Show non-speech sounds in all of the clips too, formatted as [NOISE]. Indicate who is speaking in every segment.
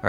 Speaker 1: All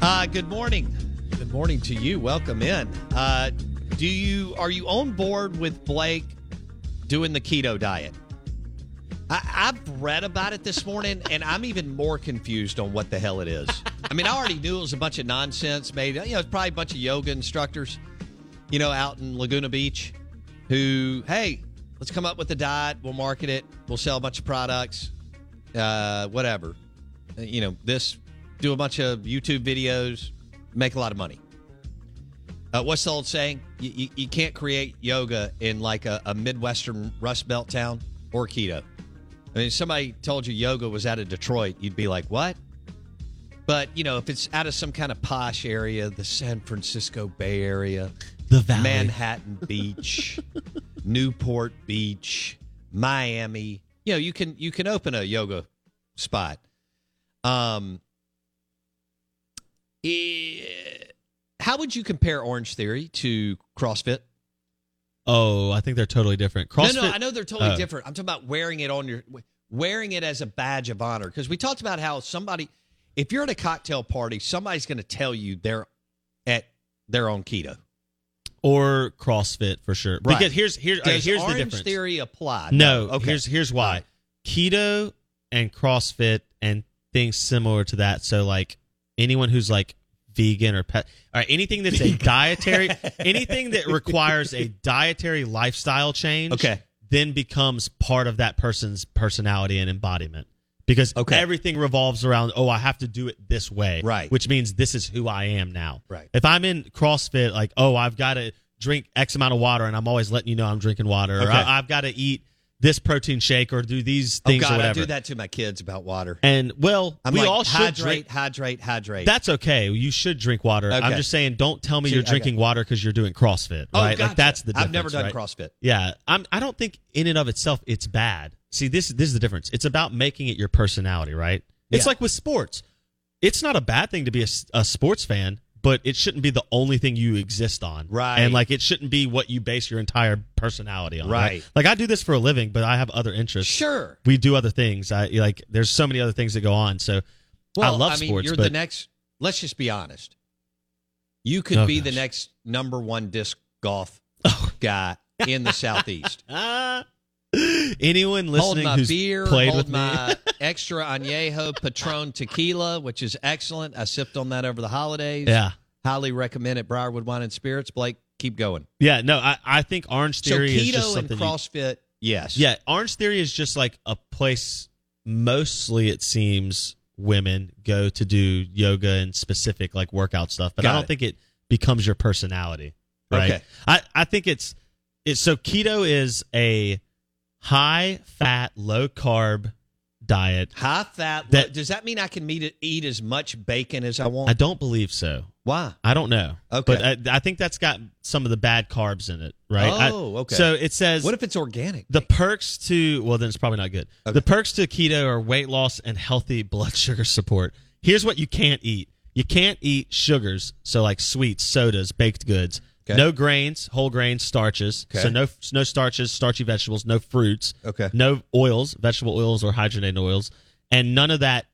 Speaker 2: Uh, good morning. Good morning to you. Welcome in. Uh, do you are you on board with Blake doing the keto diet? I, I've read about it this morning, and I'm even more confused on what the hell it is. I mean, I already knew it was a bunch of nonsense. Maybe you know, it's probably a bunch of yoga instructors, you know, out in Laguna Beach, who hey, let's come up with a diet. We'll market it. We'll sell a bunch of products. Uh, whatever. Uh, You know, this do a bunch of YouTube videos, make a lot of money. Uh, what's the old saying? You, you, you can't create yoga in like a, a Midwestern Rust Belt town or keto. I mean, if somebody told you yoga was out of Detroit, you'd be like, what? But, you know, if it's out of some kind of posh area, the San Francisco Bay Area,
Speaker 3: The Valley.
Speaker 2: Manhattan [LAUGHS] Beach, Newport Beach, Miami, you know, you can you can open a yoga spot. Um, eh, how would you compare Orange Theory to CrossFit?
Speaker 3: Oh, I think they're totally different. CrossFit.
Speaker 2: No, no, I know they're totally
Speaker 3: Oh.
Speaker 2: different. I'm talking about wearing it on your wearing it as a badge of honor because we talked about how somebody, if you're at a cocktail party, somebody's going to tell you they're at they're on keto.
Speaker 3: Or CrossFit for sure.
Speaker 2: Right.
Speaker 3: Because here's here, okay,
Speaker 2: Does
Speaker 3: here's
Speaker 2: Orange
Speaker 3: the difference.
Speaker 2: Theory apply?
Speaker 3: No,
Speaker 2: Okay.
Speaker 3: here's here's why. Keto and CrossFit and things similar to that. So like anyone who's like vegan or pet all right, anything that's
Speaker 2: [LAUGHS]
Speaker 3: a dietary anything that requires a dietary lifestyle change
Speaker 2: Okay.
Speaker 3: then becomes part of that person's personality and embodiment. Because
Speaker 2: Okay.
Speaker 3: everything revolves around, oh, I have to do it this way.
Speaker 2: Right.
Speaker 3: Which means this is who I am now.
Speaker 2: Right.
Speaker 3: If I'm in CrossFit, like, oh, I've got to drink X amount of water and I'm always letting you know I'm drinking water. Or
Speaker 2: Okay.
Speaker 3: I, I've got to eat this protein shake or do these
Speaker 2: oh
Speaker 3: things or
Speaker 2: God, I
Speaker 3: whatever.
Speaker 2: do that to my kids about water.
Speaker 3: And well,
Speaker 2: I'm
Speaker 3: we
Speaker 2: like,
Speaker 3: all should
Speaker 2: hydrate,
Speaker 3: drink.
Speaker 2: hydrate, hydrate.
Speaker 3: That's okay. You should drink water. I'm
Speaker 2: Okay.
Speaker 3: just saying, don't tell me
Speaker 2: See,
Speaker 3: you're
Speaker 2: okay.
Speaker 3: drinking water because you're doing CrossFit,
Speaker 2: oh,
Speaker 3: right?
Speaker 2: gotcha.
Speaker 3: Like that's the. Difference,
Speaker 2: I've never done
Speaker 3: right?
Speaker 2: CrossFit.
Speaker 3: Yeah, I'm. I don't think in and of itself it's bad. See, this this is the difference. It's about making it your personality, right? It's
Speaker 2: Yeah.
Speaker 3: like with sports. It's not a bad thing to be a, s- a sports fan, but it shouldn't be the only thing you exist on,
Speaker 2: Right.
Speaker 3: And like, it shouldn't be what you base your entire personality on,
Speaker 2: Right.
Speaker 3: Like, I do this for a living, but I have other interests.
Speaker 2: Sure.
Speaker 3: We do other things. I like. There's so many other things that go on. So,
Speaker 2: Well,
Speaker 3: I love
Speaker 2: mean,
Speaker 3: sports,
Speaker 2: You're the
Speaker 3: but-
Speaker 2: next. Let's just be honest. You could
Speaker 3: Oh,
Speaker 2: be the
Speaker 3: gosh. Oh,
Speaker 2: next number one disc golf
Speaker 3: [LAUGHS]
Speaker 2: guy in the southeast.
Speaker 3: ah, anyone
Speaker 2: hold
Speaker 3: [LAUGHS] listening
Speaker 2: my
Speaker 3: who's
Speaker 2: beer,
Speaker 3: played
Speaker 2: hold
Speaker 3: with me,
Speaker 2: my extra añejo Patron tequila, which is excellent. I sipped on that over the holidays.
Speaker 3: [LAUGHS] yeah,
Speaker 2: highly recommend it. Briarwood Wine and Spirits. Blake, keep going.
Speaker 3: yeah. No, I I think Orange Theory
Speaker 2: so
Speaker 3: is just
Speaker 2: keto and
Speaker 3: something. you-
Speaker 2: CrossFit. Yes.
Speaker 3: Yeah, Orange Theory is just like a place mostly it seems women go to do yoga and specific like workout stuff, but I
Speaker 2: Got
Speaker 3: don't
Speaker 2: it.
Speaker 3: think it becomes your personality. Right.
Speaker 2: Okay.
Speaker 3: I, I think it's it's so keto is a high fat, low carb diet.
Speaker 2: High fat.
Speaker 3: That-
Speaker 2: low- does that mean I can meet, eat as much bacon as I want?
Speaker 3: I don't believe so.
Speaker 2: Why?
Speaker 3: I don't know.
Speaker 2: Okay.
Speaker 3: But I, I think that's got some of the bad carbs in it, right? I-
Speaker 2: Oh, okay.
Speaker 3: So it says
Speaker 2: What if it's organic?
Speaker 3: the perks to well then it's probably not good.
Speaker 2: Okay.
Speaker 3: The perks to keto are weight loss and healthy blood [LAUGHS] sugar support. Here's what you can't eat. You can't eat sugars, so like sweets, sodas, baked goods.
Speaker 2: Okay.
Speaker 3: No grains, whole grains, starches.
Speaker 2: Okay.
Speaker 3: So no no starches, starchy vegetables, no fruits.
Speaker 2: Okay.
Speaker 3: No oils, vegetable oils or hydrogenated oils, and none of that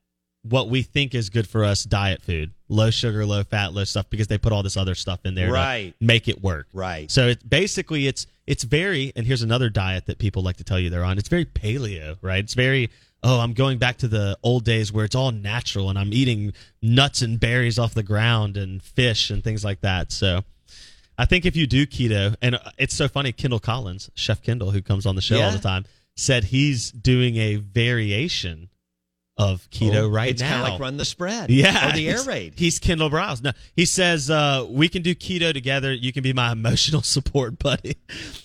Speaker 3: what we think is good for us diet food, low sugar, low fat, low stuff because they put all this other stuff in there
Speaker 2: Right.
Speaker 3: to make it work.
Speaker 2: Right.
Speaker 3: So it's basically it's it's very and here's another diet that people like to tell you they're on. It's very paleo, right? It's very oh, I'm going back to the old days where it's all natural and I'm eating nuts and berries off the ground and fish and things like that. So I think if you do keto and uh, it's so funny Kendall Collins, Chef Kendall who comes on the show
Speaker 2: Yeah.
Speaker 3: all the time, said he's doing a variation of keto
Speaker 2: Oh,
Speaker 3: right
Speaker 2: it's
Speaker 3: now.
Speaker 2: kind of like run the spread.
Speaker 3: Yeah.
Speaker 2: Or the air
Speaker 3: he's-
Speaker 2: raid.
Speaker 3: He's Kendall Browse. No, he says, uh, we can do keto together. You can be my emotional [LAUGHS] support buddy.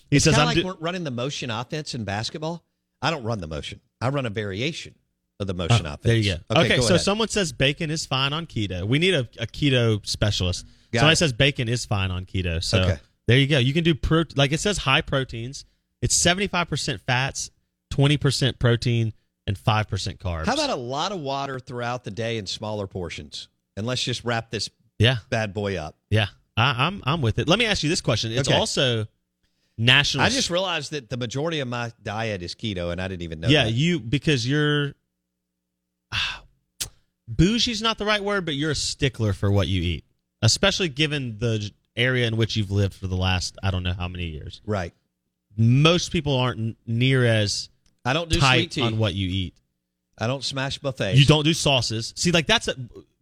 Speaker 3: He
Speaker 2: It's
Speaker 3: says,
Speaker 2: kind
Speaker 3: I'm
Speaker 2: of like
Speaker 3: do-
Speaker 2: we're running the motion offense in basketball. I don't run the motion. I run a variation of the
Speaker 3: Oh,
Speaker 2: motion offense.
Speaker 3: there you go. Okay,
Speaker 2: go
Speaker 3: so
Speaker 2: ahead.
Speaker 3: someone says bacon is fine on keto. We need a, a keto specialist.
Speaker 2: Got
Speaker 3: Somebody
Speaker 2: it.
Speaker 3: says bacon is fine on keto. So
Speaker 2: Okay.
Speaker 3: there you go. You can do pro- like it says high proteins. It's 75% fats, 20% protein, and 5% carbs.
Speaker 2: How about a lot of water throughout the day in smaller portions? And let's just wrap this
Speaker 3: Yeah.
Speaker 2: bad boy up.
Speaker 3: Yeah. I, I'm I'm with it. Let me ask you this question. It's
Speaker 2: Okay.
Speaker 3: also national
Speaker 2: I just realized that the majority of my diet is keto, and I didn't even know.
Speaker 3: yeah,
Speaker 2: that.
Speaker 3: you because you're [SIGHS] ah, bougie's not the right word, but you're a stickler for what you eat, especially given the j- area in which you've lived for the last I don't know how many years.
Speaker 2: right.
Speaker 3: Most people aren't n- near as
Speaker 2: I don't do sweet
Speaker 3: tight
Speaker 2: tea.
Speaker 3: on what you eat.
Speaker 2: I don't smash buffets.
Speaker 3: You don't do sauces. See, like that's a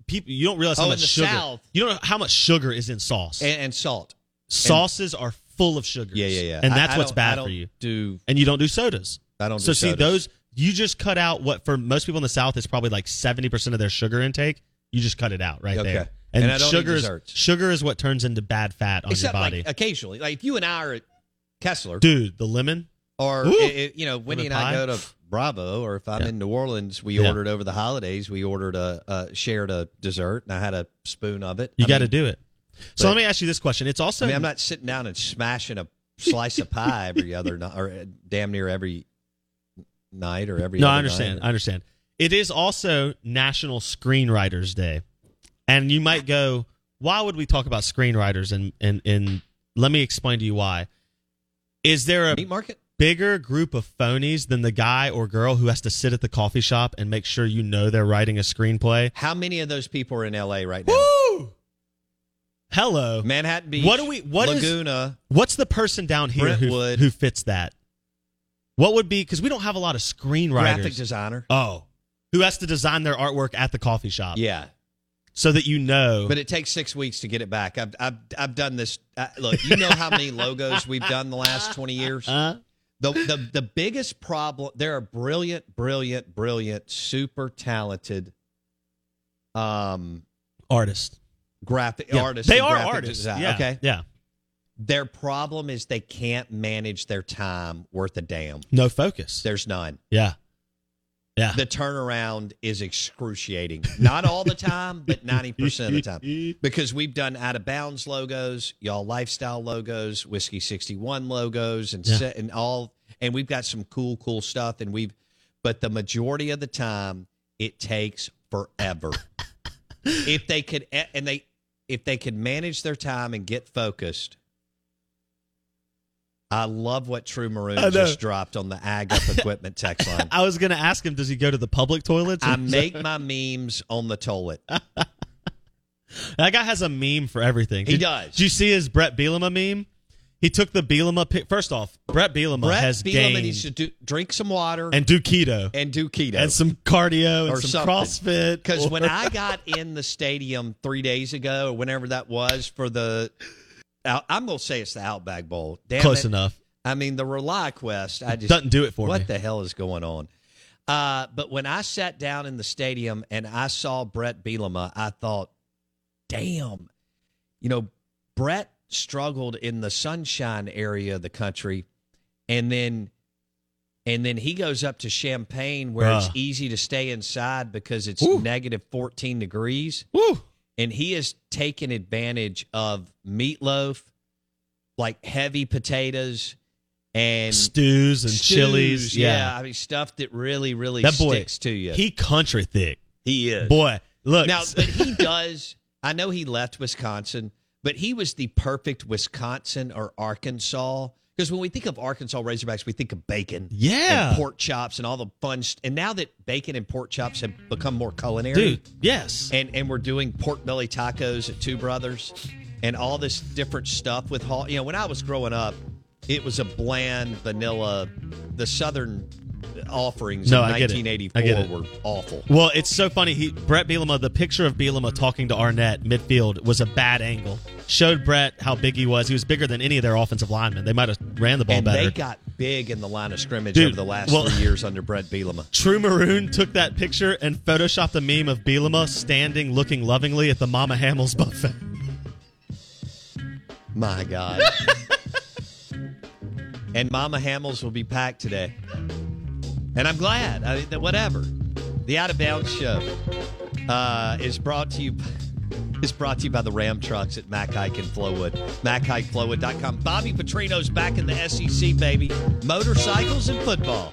Speaker 3: people. You don't realize
Speaker 2: Oh,
Speaker 3: how
Speaker 2: in
Speaker 3: much
Speaker 2: the
Speaker 3: sugar.
Speaker 2: South.
Speaker 3: You don't know how much sugar is in sauce.
Speaker 2: and, and salt.
Speaker 3: Sauces are full of sugars.
Speaker 2: Yeah, yeah, yeah.
Speaker 3: And
Speaker 2: I-
Speaker 3: that's
Speaker 2: I
Speaker 3: what's
Speaker 2: don't- I
Speaker 3: bad
Speaker 2: don't
Speaker 3: for you.
Speaker 2: Do
Speaker 3: And you don't do sodas.
Speaker 2: I don't.
Speaker 3: so
Speaker 2: do
Speaker 3: see
Speaker 2: sodas.
Speaker 3: those you just cut out what for most people in the south is probably like 70% of their sugar intake you just cut it out right
Speaker 2: Okay.
Speaker 3: there
Speaker 2: And I don't eat
Speaker 3: sugar is
Speaker 2: desserts.
Speaker 3: sugar is what turns into bad fat on
Speaker 2: Except
Speaker 3: your body
Speaker 2: like occasionally, like if you and I are at Kessler,
Speaker 3: dude the lemon
Speaker 2: or
Speaker 3: Ooh.
Speaker 2: i- i- you know, Winnie and I
Speaker 3: pie?
Speaker 2: go to Bravo, or if I'm
Speaker 3: Yeah.
Speaker 2: in New Orleans, we
Speaker 3: Yeah.
Speaker 2: ordered over the holidays. We ordered a uh, shared a dessert, and I had a spoon of it.
Speaker 3: you
Speaker 2: I
Speaker 3: got to
Speaker 2: mean-
Speaker 3: do it so
Speaker 2: but-
Speaker 3: let me ask you this question it's also
Speaker 2: I mean, I'm not sitting down and smashing a slice of pie every other night, or uh, damn near every night, or every.
Speaker 3: no
Speaker 2: other
Speaker 3: i understand
Speaker 2: night.
Speaker 3: i understand it is also national screenwriters day and you might go why would we talk about screenwriters and and and let me explain to you why is there a
Speaker 2: meat market.
Speaker 3: bigger group of phonies than the guy or girl who has to sit at the coffee shop and make sure you know they're writing a screenplay.
Speaker 2: How many of those people are in L.A. right now?
Speaker 3: Woo! Hello.
Speaker 2: Manhattan Beach.
Speaker 3: What do we- what is-
Speaker 2: Laguna?
Speaker 3: What's the person down here who,
Speaker 2: Brentwood.
Speaker 3: who fits that? What would be because we don't have a lot of screenwriters.
Speaker 2: graphic designer.
Speaker 3: oh, who has to design their artwork at the coffee shop?
Speaker 2: Yeah,
Speaker 3: so that you know.
Speaker 2: but it takes six weeks to get it back. I've I've I've done this. Uh, look, you know how many logos we've done the last twenty years.
Speaker 3: uh,
Speaker 2: The the the biggest problem. There are brilliant, brilliant, brilliant, super talented, um,
Speaker 3: artist
Speaker 2: graphic
Speaker 3: Yeah.
Speaker 2: artists.
Speaker 3: They
Speaker 2: and
Speaker 3: are
Speaker 2: graphic
Speaker 3: artists.
Speaker 2: design-
Speaker 3: Yeah.
Speaker 2: Okay.
Speaker 3: Yeah.
Speaker 2: Their problem is they can't manage their time worth a damn.
Speaker 3: No focus.
Speaker 2: There's none.
Speaker 3: yeah. Yeah.
Speaker 2: The turnaround is excruciating. Not all the time, but 90% of the
Speaker 3: [LAUGHS]
Speaker 2: time. Because we've done out of bounds logos, y'all lifestyle logos, Whiskey 61 logos, and,
Speaker 3: Yeah.
Speaker 2: se- and all. And we've got some cool, cool stuff. And we've, but the majority of the time, it takes
Speaker 3: [LAUGHS]
Speaker 2: forever. if they could, and they, if they could manage their time and get focused, I love what True
Speaker 3: I know.
Speaker 2: Maroon just dropped on the Ag Up Equipment text line.
Speaker 3: I was gonna ask him, does he go to the public toilets? [LAUGHS]
Speaker 2: I make my memes on the toilet.
Speaker 3: That guy has a meme for everything.
Speaker 2: He
Speaker 3: Did-
Speaker 2: does.
Speaker 3: Did you see his Brett Bielema meme? He took the Bielema pic. First off, Brett Bielema
Speaker 2: Brett
Speaker 3: has
Speaker 2: Bielema
Speaker 3: gained
Speaker 2: needs to do, drink some water and,
Speaker 3: and do keto
Speaker 2: do keto. [LAUGHS]
Speaker 3: and some cardio and
Speaker 2: Or
Speaker 3: some
Speaker 2: something.
Speaker 3: CrossFit.
Speaker 2: because
Speaker 3: or-
Speaker 2: when I got in the stadium three days ago, or whenever that was for the, Out- I'm gonna say it's the Outback Bowl. Damn
Speaker 3: close
Speaker 2: it.
Speaker 3: enough
Speaker 2: I mean the Rely Quest. I just
Speaker 3: doesn't do it for
Speaker 2: what
Speaker 3: me.
Speaker 2: the hell is going on? Uh, but when I sat down in the stadium and I saw Brett Bielema, I thought, damn, you know, Brett struggled in the sunshine area of the country and then And then he goes up to Champagne where it's
Speaker 3: Bruh.
Speaker 2: easy to stay inside because it's
Speaker 3: Woo.
Speaker 2: negative 14 degrees.
Speaker 3: Woo.
Speaker 2: And he has taken advantage of meatloaf, like heavy potatoes, and
Speaker 3: Stews and
Speaker 2: stews.
Speaker 3: chilies. Yeah.
Speaker 2: I mean, stuff that really, really
Speaker 3: That boy,
Speaker 2: sticks to you.
Speaker 3: He country thick.
Speaker 2: he is.
Speaker 3: Boy, look.
Speaker 2: Now, but he does. I know he left Wisconsin, but he was the perfect Wisconsin or Arkansas. Because when we think of Arkansas Razorbacks, we think of bacon,
Speaker 3: Yeah.
Speaker 2: and pork chops, and all the fun. St- and now that bacon and pork chops have become more culinary,
Speaker 3: [LAUGHS] dude, yes.
Speaker 2: and and we're doing pork belly tacos at Two Brothers, and all this different stuff with Hall. You know, when I was growing up, it was a bland vanilla. The Southern offerings
Speaker 3: No,
Speaker 2: in
Speaker 3: I get it. I
Speaker 2: 1984
Speaker 3: get it.
Speaker 2: were awful.
Speaker 3: Well, it's so funny. He Brett Bielema, the picture of Bielema talking to Arnett midfield was a bad angle. Showed Brett how big he was. He was bigger than any of their offensive linemen. They might have ran the ball
Speaker 2: and
Speaker 3: better.
Speaker 2: they got big in the line of scrimmage
Speaker 3: Dude,
Speaker 2: over the last
Speaker 3: well-
Speaker 2: three years under Brett Bielema.
Speaker 3: True Maroon took that picture and photoshopped a meme of Bielema standing looking lovingly at the Mama Hamels [LAUGHS] buffet.
Speaker 2: My God. and Mama Hamels will be packed today. And I'm glad. I, that whatever. The Out of Bounds Show uh, is brought to you. Is brought to you by the Ram Trucks at Mack Hike and Flowwood. MackHikeFlowwood.com. E Bobby Petrino's back in the SEC, baby. Motorcycles and football.